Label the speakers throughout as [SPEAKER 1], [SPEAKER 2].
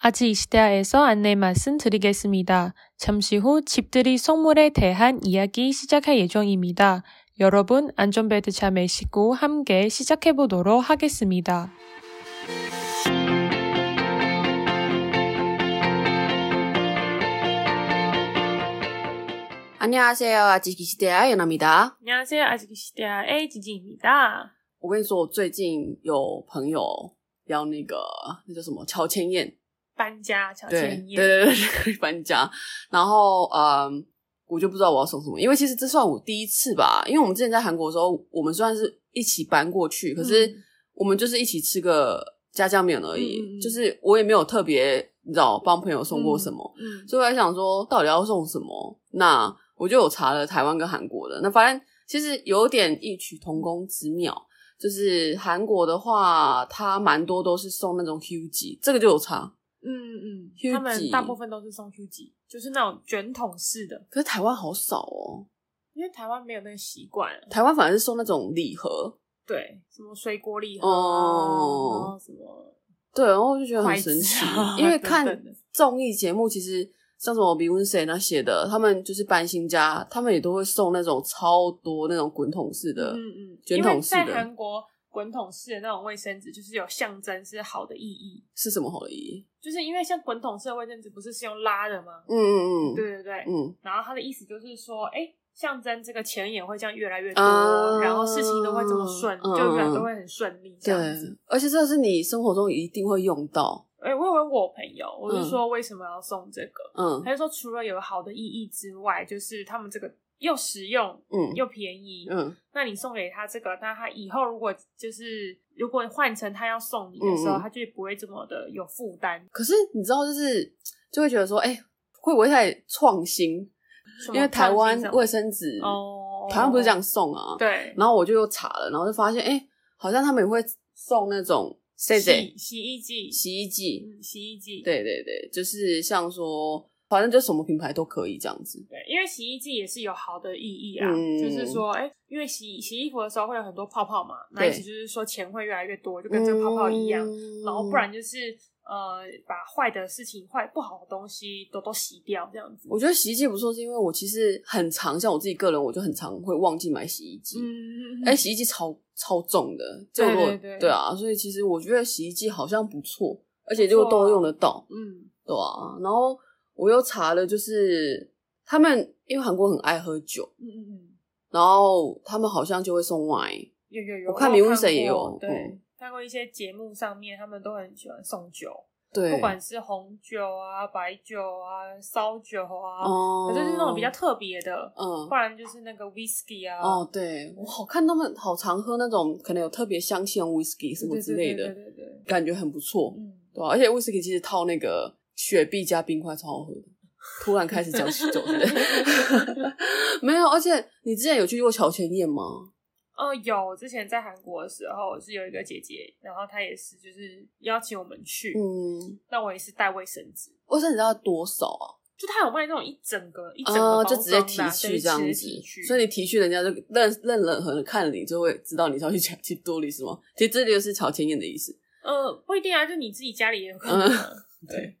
[SPEAKER 1] 아직 이 시대에서 안내 말씀드리겠습니다. 잠시 후 집들이 선물에 대한 이야기 시작할 예정입니다. 여러분 안전벨트 잘 매시고 함께 시작해 보도록 하겠습니다.
[SPEAKER 2] 안녕하세요. 아직 이 시대야 연아입니다.
[SPEAKER 1] 안녕하세요. 아직 이 시대의 지지입니다.
[SPEAKER 2] 我跟你说，我最近有朋友要那个那叫什么乔迁宴，
[SPEAKER 1] 搬家
[SPEAKER 2] 对对
[SPEAKER 1] 乔迁宴
[SPEAKER 2] 对对对，搬家。然后嗯，我就不知道我要送什么，因为其实这算我第一次吧。因为我们之前在韩国的时候，我们虽然是一起搬过去，可是
[SPEAKER 1] 嗯
[SPEAKER 2] 我们就是一起吃个家酱面而已，
[SPEAKER 1] 嗯嗯嗯
[SPEAKER 2] 就是我也没有特别你知道帮朋友送过什么。
[SPEAKER 1] 嗯，
[SPEAKER 2] 所以我在想说，到底要送什么？那我就有查了台湾跟韩国的，那发现其实有点异曲同工之妙。就是韩国的话，它蛮多都是送那种 huge，这个就有差。
[SPEAKER 1] 음, 嗯嗯，
[SPEAKER 2] 휴지
[SPEAKER 1] 他们大部分都是送 Huji，就是那种卷筒式的，
[SPEAKER 2] 可是台湾好少哦，
[SPEAKER 1] 因为台湾没有那个习惯。
[SPEAKER 2] 台湾反而是送那种礼盒。
[SPEAKER 1] 对，什么水果礼盒啊，
[SPEAKER 2] 哦
[SPEAKER 1] 然后什么
[SPEAKER 2] 对，然后我就觉得很
[SPEAKER 1] 筷子
[SPEAKER 2] 神奇
[SPEAKER 1] 啊，
[SPEAKER 2] 因为
[SPEAKER 1] 等
[SPEAKER 2] 看
[SPEAKER 1] 等的
[SPEAKER 2] 综艺节目，其实像什么 Beyonce 那些的，他们就是搬新家，他们也都会送那种超多那种滚筒式的。
[SPEAKER 1] 嗯嗯，
[SPEAKER 2] 卷
[SPEAKER 1] 因为
[SPEAKER 2] 筒式的
[SPEAKER 1] 在韩国滚筒式的那种卫生纸，就是有象征是好的意义，
[SPEAKER 2] 是什么好的意义？
[SPEAKER 1] 就是因为像滚筒式的卫生纸不是是用拉的吗？
[SPEAKER 2] 嗯嗯嗯，
[SPEAKER 1] 对对对，
[SPEAKER 2] 嗯。
[SPEAKER 1] 然后他的意思就是说，哎、象征这个钱也会这样越来越多，
[SPEAKER 2] 啊
[SPEAKER 1] 然后事情都会这么顺，
[SPEAKER 2] 嗯
[SPEAKER 1] 就越来都会很顺利这样子。
[SPEAKER 2] 对，而且这是你生活中一定会用到，
[SPEAKER 1] 哎、我有问我朋友，我就说为什么要送这个？
[SPEAKER 2] 嗯
[SPEAKER 1] 他就说除了有好的意义之外，就是他们这个又实用
[SPEAKER 2] 嗯
[SPEAKER 1] 又便宜。
[SPEAKER 2] 嗯
[SPEAKER 1] 那你送给他这个，那他以后如果就是如果换成他要送你的时候，
[SPEAKER 2] 嗯嗯
[SPEAKER 1] 他就不会这么的有负担。
[SPEAKER 2] 可是你知道，就是就会觉得说，哎、会不会太创新？
[SPEAKER 1] 什么
[SPEAKER 2] 因为台湾
[SPEAKER 1] 放心上
[SPEAKER 2] 卫生纸，
[SPEAKER 1] 哦，
[SPEAKER 2] 台湾不是这样送啊。。
[SPEAKER 1] 对，
[SPEAKER 2] 然后我就又查了，然后就发现，哎、好像他们也会送那种 C
[SPEAKER 1] 洗
[SPEAKER 2] C
[SPEAKER 1] 洗衣机，
[SPEAKER 2] 洗衣剂。
[SPEAKER 1] 嗯洗衣机，
[SPEAKER 2] 对对对，就是像说，反正就什么品牌都可以这样子。
[SPEAKER 1] 对，因为洗衣机也是有好的意义啊，
[SPEAKER 2] 嗯
[SPEAKER 1] 就是说，哎、因为洗洗衣服的时候会有很多泡泡嘛，那
[SPEAKER 2] 对
[SPEAKER 1] 意思就是说钱会越来越多，就跟这个泡泡一样。
[SPEAKER 2] 嗯
[SPEAKER 1] 然后不然就是呃，把坏的事情、坏不好的东西都都洗掉，这样子。
[SPEAKER 2] 我觉得洗衣机不错，是因为我其实很常，像我自己个人，我就很常会忘记买洗衣机。
[SPEAKER 1] 嗯，
[SPEAKER 2] 哎、洗衣机超超重的，就
[SPEAKER 1] 对
[SPEAKER 2] 如果
[SPEAKER 1] 对对
[SPEAKER 2] 啊，所以其实我觉得洗衣机好像不错，而且
[SPEAKER 1] 不错
[SPEAKER 2] 就
[SPEAKER 1] 啊
[SPEAKER 2] 都用得到，
[SPEAKER 1] 嗯，
[SPEAKER 2] 对啊。然后我又查了，就是他们因为韩国很爱喝酒，
[SPEAKER 1] 嗯嗯嗯，
[SPEAKER 2] 然后他们好像就会送 wine，
[SPEAKER 1] 有有有，
[SPEAKER 2] 我看
[SPEAKER 1] 有
[SPEAKER 2] 迷雾
[SPEAKER 1] 看
[SPEAKER 2] 神也
[SPEAKER 1] 过
[SPEAKER 2] 有
[SPEAKER 1] 对。
[SPEAKER 2] 嗯
[SPEAKER 1] 看过一些节目上面，他们都很喜欢送酒，
[SPEAKER 2] 对，
[SPEAKER 1] 不管是红酒啊、白酒啊、烧酒啊，
[SPEAKER 2] 哦，
[SPEAKER 1] 可是就是那种比较特别的，
[SPEAKER 2] 嗯
[SPEAKER 1] 不。然就是那个 whisky 啊，
[SPEAKER 2] 哦，对，我好看他们好常喝那种可能有特别香气的 whisky 什
[SPEAKER 1] 对
[SPEAKER 2] 么
[SPEAKER 1] 对
[SPEAKER 2] 之
[SPEAKER 1] 对
[SPEAKER 2] 类
[SPEAKER 1] 对
[SPEAKER 2] 的
[SPEAKER 1] 对，对对，
[SPEAKER 2] 感觉很不错，
[SPEAKER 1] 嗯，
[SPEAKER 2] 对啊而且 whisky 其实套那个雪碧加冰块超好喝的。突然开始讲酒，对不对 没有，而且你之前有去过乔迁宴吗？
[SPEAKER 1] 呃，有之前在韩国的时候是有一个姐姐，然后她也是就是邀请我们去，
[SPEAKER 2] 嗯，
[SPEAKER 1] 那我也是带卫生纸，
[SPEAKER 2] 卫生纸要多少啊？
[SPEAKER 1] 就她有卖那种一整个一整个
[SPEAKER 2] 啊、
[SPEAKER 1] 包
[SPEAKER 2] 就直接提
[SPEAKER 1] 装的啊
[SPEAKER 2] 去这样
[SPEAKER 1] 对直
[SPEAKER 2] 子
[SPEAKER 1] 接提去，，
[SPEAKER 2] 所以你提去，人家就认认任何人看了你就会知道你是要去乔去多里是吗？其实这就是乔迁宴的意思。
[SPEAKER 1] 呃不一定啊，就你自己家里也有
[SPEAKER 2] 嗯
[SPEAKER 1] 可能啊、对。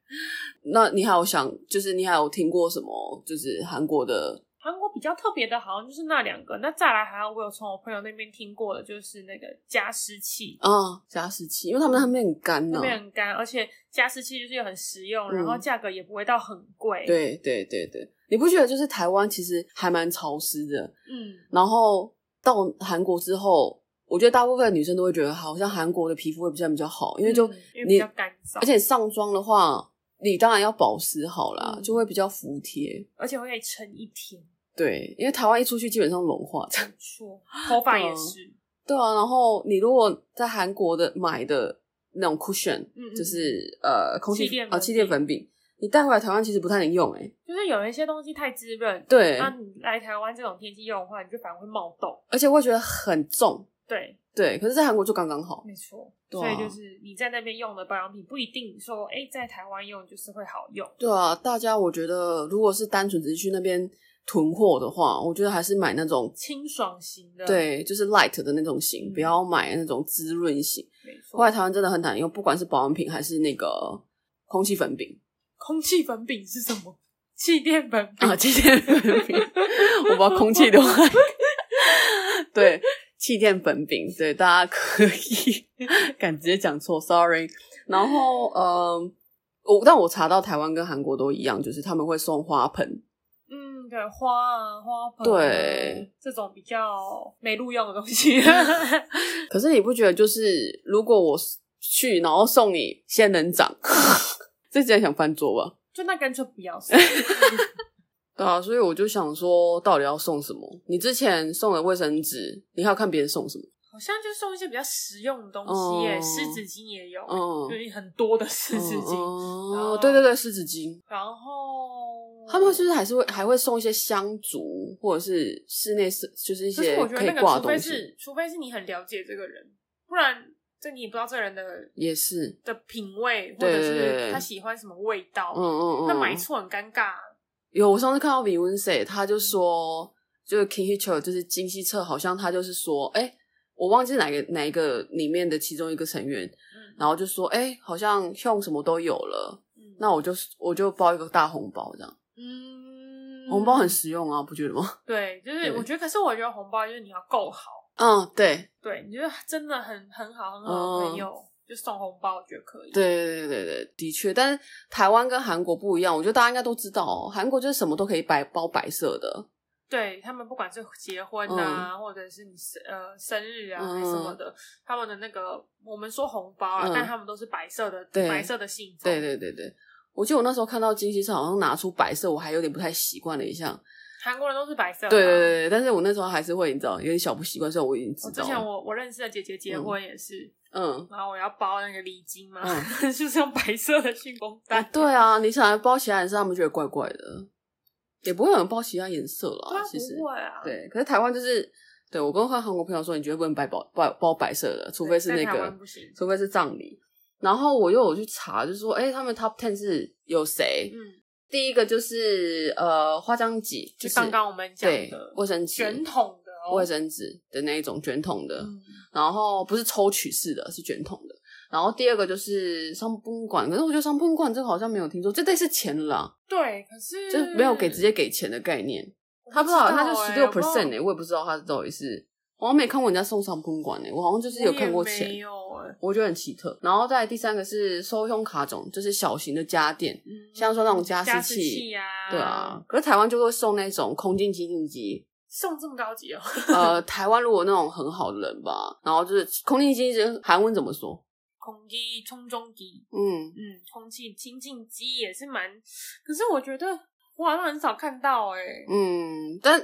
[SPEAKER 2] 那你还有想，就是你还有听过什么？就是韩国的
[SPEAKER 1] 韩国比较特别的，好像就是那两个。那再来，好像我有从我朋友那边听过的，就是那个加湿器，
[SPEAKER 2] 啊加湿器，因为他们那边很干呢、
[SPEAKER 1] 那边很干，而且加湿器就是又很实用，然后
[SPEAKER 2] 哦嗯
[SPEAKER 1] 价格也不会到很贵。，
[SPEAKER 2] 对对对对，你不觉得就是台湾其实还蛮潮湿的？
[SPEAKER 1] 嗯，
[SPEAKER 2] 然后到韩国之后，我觉得大部分女生都会觉得好像韩国的皮肤会比较比较好，因为就
[SPEAKER 1] 嗯因为比
[SPEAKER 2] 你，
[SPEAKER 1] 较干燥，
[SPEAKER 2] 而且上妆的话，你当然要保湿好啦，
[SPEAKER 1] 嗯
[SPEAKER 2] 就会比较服帖。
[SPEAKER 1] 而且会可以撑一天，
[SPEAKER 2] 对，因为台湾一出去基本上融化。
[SPEAKER 1] 没 错，头发
[SPEAKER 2] 对啊
[SPEAKER 1] 也是，
[SPEAKER 2] 对啊，然后你如果在韩国的买的那种 cushion，
[SPEAKER 1] 嗯嗯
[SPEAKER 2] 就是呃空气
[SPEAKER 1] 气垫
[SPEAKER 2] 啊
[SPEAKER 1] 粉
[SPEAKER 2] 气垫
[SPEAKER 1] 饼
[SPEAKER 2] 粉饼，你带回来台湾其实不太能用诶、欸
[SPEAKER 1] 就是有一些东西太滋润，
[SPEAKER 2] 对，
[SPEAKER 1] 那你来台湾这种天气用的话，你就反而会冒痘，
[SPEAKER 2] 而且会觉得很重。
[SPEAKER 1] 对，
[SPEAKER 2] 对，可是，在韩国就刚刚好。
[SPEAKER 1] 没错，
[SPEAKER 2] 对
[SPEAKER 1] 所
[SPEAKER 2] 啊
[SPEAKER 1] 以就是你在那边用的保养品不一定说，哎、在台湾用就是会好用，
[SPEAKER 2] 对啊，大家我觉得，如果是单纯只是去那边囤货的话，我觉得还是买那种
[SPEAKER 1] 清爽型的，，
[SPEAKER 2] 对，就是 light 的那种型，
[SPEAKER 1] 啊嗯
[SPEAKER 2] 不要买那种滋润型。
[SPEAKER 1] 没错
[SPEAKER 2] 后来，台湾真的很难用，不管是保养品还是那个空气粉饼
[SPEAKER 1] 空气粉饼是什么？气垫粉饼
[SPEAKER 2] 啊，气垫粉饼，我把空气的话，对，气垫粉饼，对，大家可以， 敢直接讲错，sorry。然后，嗯，我但我查到台湾跟韩国都一样，就是他们会送花盆，
[SPEAKER 1] 嗯，对，花啊，花盆啊，
[SPEAKER 2] 对
[SPEAKER 1] 这种比较没路用的东 西。
[SPEAKER 2] 可是你不觉得，就是如果我去，然后送你仙人掌， 这直接想翻桌吧？
[SPEAKER 1] 就那干脆不要送。
[SPEAKER 2] 对啊，所以我就想说，到底要送什么？你之前送了卫生纸，你还要看别人送什么？
[SPEAKER 1] 好像就送一些比较实用的东西耶，
[SPEAKER 2] 嗯
[SPEAKER 1] 湿纸巾也有，
[SPEAKER 2] 嗯
[SPEAKER 1] 就是很多的湿纸巾。
[SPEAKER 2] 哦，对对对，湿纸巾。
[SPEAKER 1] 然后
[SPEAKER 2] 他们是不是还是会还会送一些香烛，或者是室内是就是一
[SPEAKER 1] 可是
[SPEAKER 2] 些
[SPEAKER 1] 我觉
[SPEAKER 2] 可以
[SPEAKER 1] 得那
[SPEAKER 2] 挂
[SPEAKER 1] 个，除
[SPEAKER 2] 的
[SPEAKER 1] 非
[SPEAKER 2] 东西？
[SPEAKER 1] 是除非是你很了解这个人，不然这你也不知道这个人的
[SPEAKER 2] 也是，
[SPEAKER 1] 的品味，或
[SPEAKER 2] 对
[SPEAKER 1] 者
[SPEAKER 2] 对对
[SPEAKER 1] 是
[SPEAKER 2] 对
[SPEAKER 1] 他喜欢什么味道
[SPEAKER 2] 嗯，嗯嗯。
[SPEAKER 1] 那买错很尴尬。
[SPEAKER 2] 有，我上次看到 Beyonce，他就说，就是 King Hitcher，就是金希澈，好像他就是说，哎、我忘记是哪个哪一个里面的其中一个成员，
[SPEAKER 1] 嗯，
[SPEAKER 2] 然后就说，哎、好像用什么都有了，
[SPEAKER 1] 嗯
[SPEAKER 2] 那我就我就包一个大红包这样，
[SPEAKER 1] 嗯，
[SPEAKER 2] 红包很实用啊，不觉得吗？
[SPEAKER 1] 对，就是
[SPEAKER 2] 对
[SPEAKER 1] 我觉得，可是我觉得红包就是你要够好，
[SPEAKER 2] 嗯，对，
[SPEAKER 1] 对，你就是真的很很好很好的朋友，就送红包，我觉得可以。
[SPEAKER 2] 嗯对对对对，的确，但是台湾跟韩国不一样，我觉得大家应该都知道、哦，韩国就是什么都可以白包白色的，
[SPEAKER 1] 对他们不管是结婚啊，或者是你生呃生日啊、
[SPEAKER 2] 嗯
[SPEAKER 1] 还是什么的，他们的那个我们说红包啊，
[SPEAKER 2] 嗯
[SPEAKER 1] 但他们都是白色的，
[SPEAKER 2] 对
[SPEAKER 1] 白色的信封。
[SPEAKER 2] 对对对对。我记得我那时候看到金希澈好像拿出白色，我还有点不太习惯了一下。
[SPEAKER 1] 韩国人都是白色的、啊
[SPEAKER 2] 对对对，对，但是我那时候还是会，你知道，有点小不习惯，所以我已经
[SPEAKER 1] 我
[SPEAKER 2] 知
[SPEAKER 1] 之
[SPEAKER 2] 道
[SPEAKER 1] 前
[SPEAKER 2] 了。
[SPEAKER 1] 我我认识的姐姐结婚也是，
[SPEAKER 2] 嗯，
[SPEAKER 1] 然后我要包那个礼金嘛，
[SPEAKER 2] 嗯
[SPEAKER 1] 就是用白色的信封袋。
[SPEAKER 2] 啊对啊，你想来包其他颜色，他们觉得怪怪的，也不会有人包其他颜色
[SPEAKER 1] 对
[SPEAKER 2] 啦。
[SPEAKER 1] 啊，
[SPEAKER 2] 哦其实
[SPEAKER 1] 不会啊。
[SPEAKER 2] 对，可是台湾就是，对我跟韩国朋友说，你绝对不能白包包包白色的，除非是那
[SPEAKER 1] 在台
[SPEAKER 2] 个
[SPEAKER 1] 湾不行。
[SPEAKER 2] 除非是葬礼。然后我又有去查，就是说，哎、他们 top ten 是有谁？
[SPEAKER 1] 嗯，
[SPEAKER 2] 第一个就是呃花江几，
[SPEAKER 1] 就是刚刚我们讲
[SPEAKER 2] 对
[SPEAKER 1] 的
[SPEAKER 2] 卫生纸、
[SPEAKER 1] 卷筒的哦，
[SPEAKER 2] 卫生纸的那一种卷筒的，
[SPEAKER 1] 嗯
[SPEAKER 2] 然后不是抽取式的，是卷筒的。然后第二个就是上宾馆，可是我觉得上宾馆这个好像没有听说，这类是钱了啦，
[SPEAKER 1] 对，可是
[SPEAKER 2] 就是没有给直接给钱的概念。
[SPEAKER 1] 嗯我
[SPEAKER 2] 他不知道，他就
[SPEAKER 1] 欸
[SPEAKER 2] 十六
[SPEAKER 1] 我不知道
[SPEAKER 2] percent 哎，我也不知道他到底是，我好像没看过人家送上宾馆哎，我好像就是有看过
[SPEAKER 1] 我也
[SPEAKER 2] 钱
[SPEAKER 1] 没，有欸
[SPEAKER 2] 我觉得很奇特。然后再来第三个是收胸卡种，就是小型的家电，
[SPEAKER 1] 嗯
[SPEAKER 2] 像说那种加湿
[SPEAKER 1] 加
[SPEAKER 2] 器
[SPEAKER 1] 器啊，
[SPEAKER 2] 对啊，。可是台湾就会送那种空净机净机，
[SPEAKER 1] 送这么高级哦，
[SPEAKER 2] 呃，台湾如果那种很好的人吧，然后就是空净机净机韩文怎么说？
[SPEAKER 1] 空气冲中机，
[SPEAKER 2] 嗯，
[SPEAKER 1] 嗯，空气清净机也是蛮，可是我觉得我好像很少看到哎、欸，
[SPEAKER 2] 嗯，但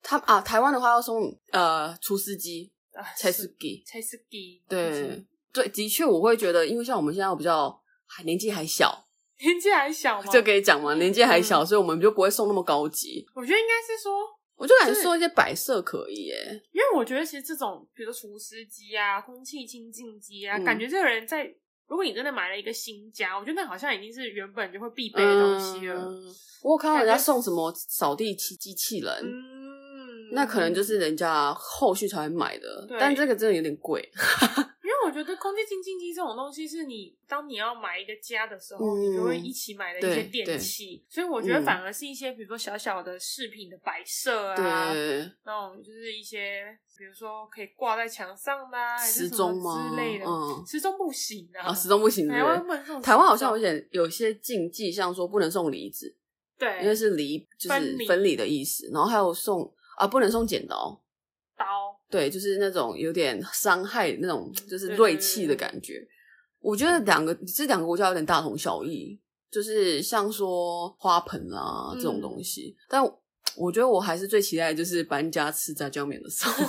[SPEAKER 2] 他啊，台湾的话要送呃厨师机、
[SPEAKER 1] 啊
[SPEAKER 2] 菜司机，
[SPEAKER 1] 才是机，
[SPEAKER 2] 对对，的确我会觉得，因为像我们现在比较还年纪还小，
[SPEAKER 1] 年纪还小嘛，
[SPEAKER 2] 就可以讲
[SPEAKER 1] 嗯
[SPEAKER 2] 嘛，年纪还小，所以我们就不会送那么高级。
[SPEAKER 1] 我觉得应该是说，
[SPEAKER 2] 我就感觉
[SPEAKER 1] 是
[SPEAKER 2] 送一些摆设可以耶，
[SPEAKER 1] 因为我觉得其实这种，比如说除湿机啊、空气清净机啊，
[SPEAKER 2] 嗯
[SPEAKER 1] 感觉这个人在，如果你真的买了一个新家，我觉得那好像已经是原本就会必备的东西了。
[SPEAKER 2] 嗯我有看到人家
[SPEAKER 1] 感觉
[SPEAKER 2] 送什么扫地机机器人，
[SPEAKER 1] 嗯，
[SPEAKER 2] 那可能就是人家后续才会买的，
[SPEAKER 1] 对
[SPEAKER 2] 但这个真的有点贵。
[SPEAKER 1] 因为我觉得空气清净机这种东西，是你当你要买一个家的时候，
[SPEAKER 2] 嗯
[SPEAKER 1] 你就会一起买的一些
[SPEAKER 2] 对
[SPEAKER 1] 电
[SPEAKER 2] 对
[SPEAKER 1] 器，所以我觉得
[SPEAKER 2] 嗯
[SPEAKER 1] 反而是一些比如说小小的饰品的摆设啊，
[SPEAKER 2] 对，
[SPEAKER 1] 那种就是一些比如说可以挂在墙上的、啊、还是
[SPEAKER 2] 时
[SPEAKER 1] 什
[SPEAKER 2] 钟
[SPEAKER 1] 么
[SPEAKER 2] 吗？
[SPEAKER 1] 之类的，
[SPEAKER 2] 嗯，
[SPEAKER 1] 时钟不行啊，
[SPEAKER 2] 啊，时钟不行，对
[SPEAKER 1] 台
[SPEAKER 2] 不
[SPEAKER 1] 湾
[SPEAKER 2] 对？
[SPEAKER 1] 不能送
[SPEAKER 2] 台湾好像
[SPEAKER 1] 时
[SPEAKER 2] 有
[SPEAKER 1] 钟
[SPEAKER 2] 些有些禁忌，像说不能送梨子，
[SPEAKER 1] 对，
[SPEAKER 2] 因为是离就
[SPEAKER 1] 分
[SPEAKER 2] 是
[SPEAKER 1] 离
[SPEAKER 2] 分离的意思，然后还有送啊不能送剪刀，
[SPEAKER 1] 刀，
[SPEAKER 2] 对，就是那种有点伤害那种就是
[SPEAKER 1] 对
[SPEAKER 2] 锐气的感觉。我觉得两个这两个国家有点大同小异，就是像说花盆啊这种
[SPEAKER 1] 嗯
[SPEAKER 2] 东西，但我我觉得我还是最期待的就是搬家吃炸酱面的时 候。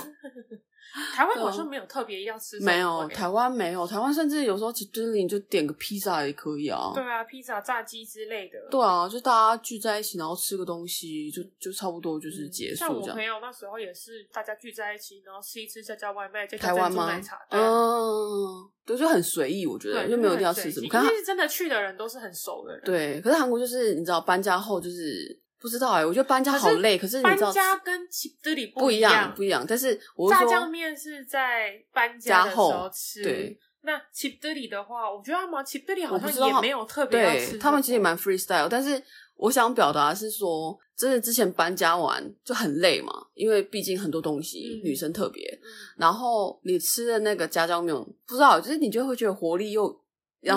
[SPEAKER 1] 台湾好像没有特别要吃什么
[SPEAKER 2] 啊没有，
[SPEAKER 1] 欸
[SPEAKER 2] 台湾没有，台湾甚至有时候只就是你就点个披萨也可以啊。
[SPEAKER 1] 对啊，披萨、炸鸡之类的，
[SPEAKER 2] 对啊，就大家聚在一起，然后吃个东西，就就差不多就是
[SPEAKER 1] 嗯
[SPEAKER 2] 结
[SPEAKER 1] 像
[SPEAKER 2] 束
[SPEAKER 1] 我
[SPEAKER 2] 这样
[SPEAKER 1] 朋。友那时候也是，大家聚在一起，然后吃一吃，叫叫外卖，再叫
[SPEAKER 2] 台湾
[SPEAKER 1] 珍珠
[SPEAKER 2] 吗
[SPEAKER 1] 奶茶？，对啊
[SPEAKER 2] 嗯，对，就很随意，我觉得
[SPEAKER 1] 对，
[SPEAKER 2] 就没有一定要吃
[SPEAKER 1] 很
[SPEAKER 2] 什
[SPEAKER 1] 随
[SPEAKER 2] 么。
[SPEAKER 1] 性因
[SPEAKER 2] 可是它
[SPEAKER 1] 为是真的去的人都是很熟的人。，
[SPEAKER 2] 对，可是韩国就是你知道搬家后就是不知道哎、我觉得搬家
[SPEAKER 1] 可是
[SPEAKER 2] 好累，可是你
[SPEAKER 1] 搬
[SPEAKER 2] 知道
[SPEAKER 1] 家跟起这里
[SPEAKER 2] 不
[SPEAKER 1] 一
[SPEAKER 2] 一样不一样，但是我是
[SPEAKER 1] 炸
[SPEAKER 2] 说
[SPEAKER 1] 酱面是在搬家的时
[SPEAKER 2] 家
[SPEAKER 1] 候
[SPEAKER 2] 后
[SPEAKER 1] 吃，
[SPEAKER 2] 对，
[SPEAKER 1] 那 chip들이 的话，我觉得他们 chip들이 好
[SPEAKER 2] 我不
[SPEAKER 1] 像
[SPEAKER 2] 知道
[SPEAKER 1] 也
[SPEAKER 2] 他
[SPEAKER 1] 没有特别要吃
[SPEAKER 2] 对
[SPEAKER 1] 这
[SPEAKER 2] 他们
[SPEAKER 1] 个
[SPEAKER 2] 其实也蛮 freestyle，但是我想表达的是说，真的之前搬家完就很累嘛，因为毕竟很多东西，
[SPEAKER 1] 嗯
[SPEAKER 2] 女生特别。然后你吃的那个炸酱面，不知道就是你就会觉得活力又，然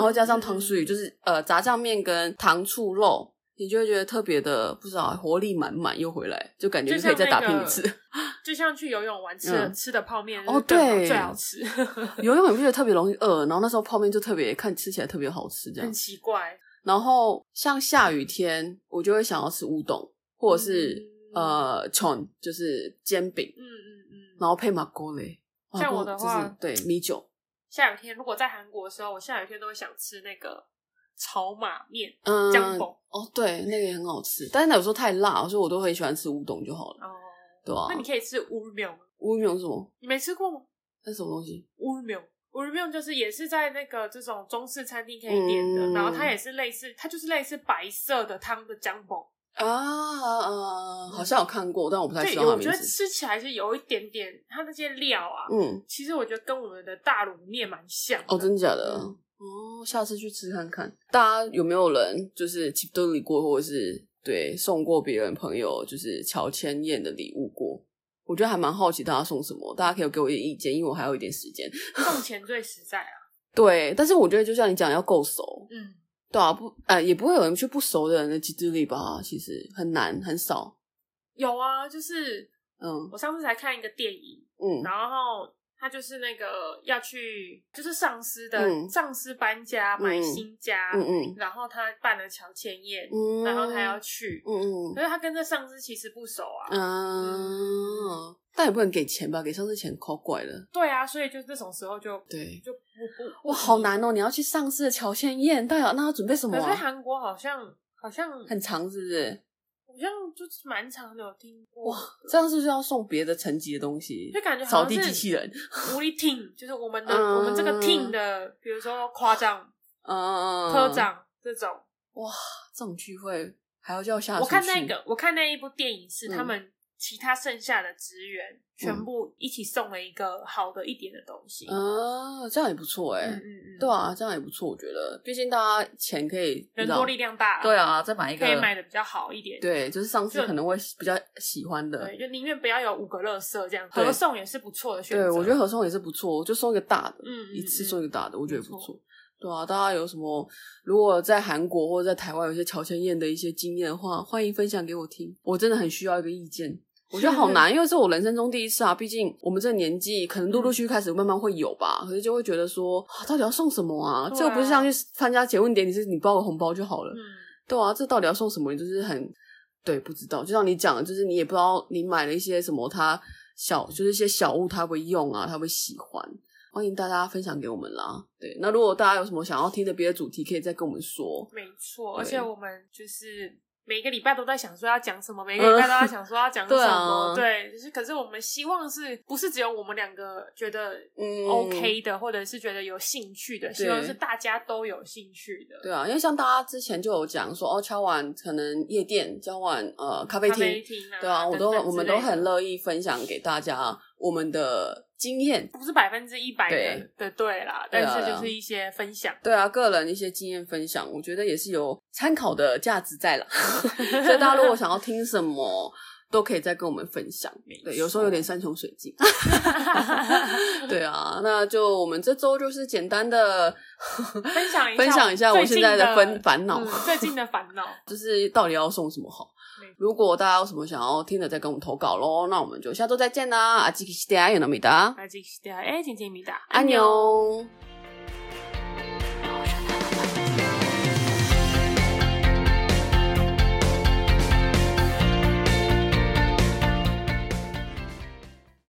[SPEAKER 1] 嗯
[SPEAKER 2] 后加上糖醋鱼，就是呃炸酱面跟糖醋肉。你就会觉得特别的，不知道活力满满，又回来，就感觉
[SPEAKER 1] 就
[SPEAKER 2] 就可以
[SPEAKER 1] 像
[SPEAKER 2] 再打拼
[SPEAKER 1] 那个
[SPEAKER 2] 一次。
[SPEAKER 1] 就像去游泳玩吃的、
[SPEAKER 2] 嗯
[SPEAKER 1] 吃的泡面，就
[SPEAKER 2] 哦
[SPEAKER 1] 是更好
[SPEAKER 2] 对
[SPEAKER 1] 最好吃，
[SPEAKER 2] 游泳你不觉得特别容易饿？然后那时候泡面就特别看吃起来特别好吃，这 样
[SPEAKER 1] 很。奇怪。
[SPEAKER 2] 然后像下雨天，我就会想要吃乌冬，或者是、呃 c h o n 就是煎饼，
[SPEAKER 1] 嗯嗯嗯。
[SPEAKER 2] 然后配马锅嘞。麻
[SPEAKER 1] 像
[SPEAKER 2] 锅
[SPEAKER 1] 我的
[SPEAKER 2] 就是
[SPEAKER 1] 话
[SPEAKER 2] 对米酒，
[SPEAKER 1] 下雨天如果在韩国的时候，我下雨天都会想吃那个炒马面、
[SPEAKER 2] 嗯，
[SPEAKER 1] 姜粉。
[SPEAKER 2] 哦，对，那个也很好吃，但是那有时候太辣，所以我都很喜欢吃乌冬就好了，
[SPEAKER 1] 哦，
[SPEAKER 2] 对啊
[SPEAKER 1] 那，你可以吃乌面吗？
[SPEAKER 2] 乌冬是什么？
[SPEAKER 1] 你没吃过吗？
[SPEAKER 2] 那什么东西？
[SPEAKER 1] 乌面。乌面就是也是在那个这种中式餐厅可以点的，
[SPEAKER 2] 嗯
[SPEAKER 1] 然后它也是类似，它就是类似白色的汤的姜粉，
[SPEAKER 2] 啊啊，好像有看过，但我不太
[SPEAKER 1] 嗯对
[SPEAKER 2] 知，道它
[SPEAKER 1] 我
[SPEAKER 2] 的
[SPEAKER 1] 觉
[SPEAKER 2] 名
[SPEAKER 1] 得
[SPEAKER 2] 字。
[SPEAKER 1] 吃起来是有一点点，它那些料啊，
[SPEAKER 2] 嗯，
[SPEAKER 1] 其实我觉得跟我们的大卤面蛮像的。
[SPEAKER 2] 哦，真的假的？哦，下次去吃看看。大家有没有人就是去都礼过，或者是对送过别人朋友就是乔迁宴的礼物过？我觉得还蛮好奇大家送什么，大家可以给我一点意见，因为我还有一点时间。
[SPEAKER 1] 送钱最实在啊。
[SPEAKER 2] 对，但是我觉得就像你讲，要够熟，
[SPEAKER 1] 嗯，
[SPEAKER 2] 对啊，不，呃，也不会有人去不熟的人的集资礼吧？其实很难，很少。
[SPEAKER 1] 有啊，就是
[SPEAKER 2] 嗯
[SPEAKER 1] 我上次才看一个电影，
[SPEAKER 2] 嗯
[SPEAKER 1] 然后他就是那个要去，就是上司的、
[SPEAKER 2] 嗯
[SPEAKER 1] 上司搬家买新家，
[SPEAKER 2] 嗯嗯
[SPEAKER 1] 然后他办了乔迁宴，
[SPEAKER 2] 嗯，
[SPEAKER 1] 然后他要去，
[SPEAKER 2] 嗯嗯
[SPEAKER 1] 可是他跟这上司其实不熟啊。
[SPEAKER 2] 嗯，但也不能给钱吧？给上次钱抠怪了。
[SPEAKER 1] 对啊，所以就这种时候就
[SPEAKER 2] 对，
[SPEAKER 1] 就不不
[SPEAKER 2] 哇，好。难哦！你要去上市的乔献宴，到底要那要准备什么
[SPEAKER 1] 可是
[SPEAKER 2] 啊？
[SPEAKER 1] 韩国好像好像
[SPEAKER 2] 很长是不是？
[SPEAKER 1] 好像就是蛮常有听过
[SPEAKER 2] 哇，这样是不是要送别的层级的东西？
[SPEAKER 1] 就感觉好
[SPEAKER 2] 扫
[SPEAKER 1] 像是
[SPEAKER 2] 地机器人。
[SPEAKER 1] 无力 team，就是我们的、
[SPEAKER 2] 嗯
[SPEAKER 1] 我们这个 team 的，比如说夸张、
[SPEAKER 2] 嗯，
[SPEAKER 1] 科长这种。
[SPEAKER 2] 这种聚会还要叫下属
[SPEAKER 1] 我
[SPEAKER 2] 去
[SPEAKER 1] 看那，个，我看那一部电影是
[SPEAKER 2] 嗯
[SPEAKER 1] 他们其他剩下的职员全部一起送了一个好的一点的东西。嗯
[SPEAKER 2] 啊，这样也不错哎
[SPEAKER 1] 嗯。嗯，
[SPEAKER 2] 对啊，这样也不错，我觉得，毕竟大家钱可以
[SPEAKER 1] 人多力
[SPEAKER 2] 量。
[SPEAKER 1] 量大，
[SPEAKER 2] 对，啊，再买一个
[SPEAKER 1] 可以买的比较好一点。
[SPEAKER 2] 对，就是上次
[SPEAKER 1] 就
[SPEAKER 2] 可能会比较喜欢的。
[SPEAKER 1] 对，就宁愿不要有五个乐色这样，
[SPEAKER 2] 对
[SPEAKER 1] 合送也是不错的选择。
[SPEAKER 2] 对，我觉得合送也是不错，我就送一个大的。
[SPEAKER 1] 嗯，嗯
[SPEAKER 2] 一次
[SPEAKER 1] 嗯
[SPEAKER 2] 送一个大的，我觉得
[SPEAKER 1] 没
[SPEAKER 2] 也不
[SPEAKER 1] 错
[SPEAKER 2] 错。对啊，大家有什么如果在韩国或者在台湾有些乔迁宴的一些经验的话，欢迎分享给我听，我真的很需要一个意见。我觉得好 难，因为是我人生中第一次啊。毕竟我们这个年纪，可能陆陆
[SPEAKER 1] 嗯
[SPEAKER 2] 续续开始慢慢会有吧，可是就会觉得说，啊、到底要送什么啊？
[SPEAKER 1] 对啊
[SPEAKER 2] 这又不是像去参加结婚典礼，是你包个红包就好了。
[SPEAKER 1] 嗯，
[SPEAKER 2] 对啊，这到底要送什么？你就是很对，不知道。就像你讲的，就是你也不知道你买了一些什么，他小就是一些小物，他会用啊，他会喜欢。欢迎大家分享给我们啦。对，那如果大家有什么想要听的别的主题，可以再跟我们说。
[SPEAKER 1] 没错，
[SPEAKER 2] 对
[SPEAKER 1] 而且我们就是每个礼拜都在想说要讲什么，每个礼拜都在想说 要讲什么，
[SPEAKER 2] 嗯
[SPEAKER 1] 对，就是可是我们希望是不是只有我们两个觉得
[SPEAKER 2] 嗯
[SPEAKER 1] OK 的，或者是觉得有兴趣的，希望是大家都有兴趣的。
[SPEAKER 2] 对啊，因为像大家之前就有讲说，哦，敲完可能夜店，敲完呃咖啡
[SPEAKER 1] 咖
[SPEAKER 2] 厅，
[SPEAKER 1] 啡厅啊，
[SPEAKER 2] 对啊，我都
[SPEAKER 1] 等等
[SPEAKER 2] 我们
[SPEAKER 1] 之类
[SPEAKER 2] 都
[SPEAKER 1] 的
[SPEAKER 2] 很乐意分享给大家我们的经验。
[SPEAKER 1] 不是百分之一百的的对啦，
[SPEAKER 2] 对
[SPEAKER 1] 但
[SPEAKER 2] 啊
[SPEAKER 1] 是就是一些分 享，
[SPEAKER 2] 对啊，个人一些经验分享，我觉得也是有参考的价值在啦。 所以大家如果想要听什么，都可以再跟我们分享
[SPEAKER 1] 没。
[SPEAKER 2] 对，有时候有点山穷水尽。对啊，那就我们这周就是简单的
[SPEAKER 1] 分享一下
[SPEAKER 2] 分享一下我现在的
[SPEAKER 1] 最近
[SPEAKER 2] 分烦恼
[SPEAKER 1] 嗯，最近的烦恼，
[SPEAKER 2] 就是到底要送什么好
[SPEAKER 1] 没错。
[SPEAKER 2] 如果大家有什么想要听的，再跟我们投稿喽。那我们就下周再见啦！阿基西达也能米达，
[SPEAKER 1] 那继续哎，今天米达，
[SPEAKER 2] 安。妞。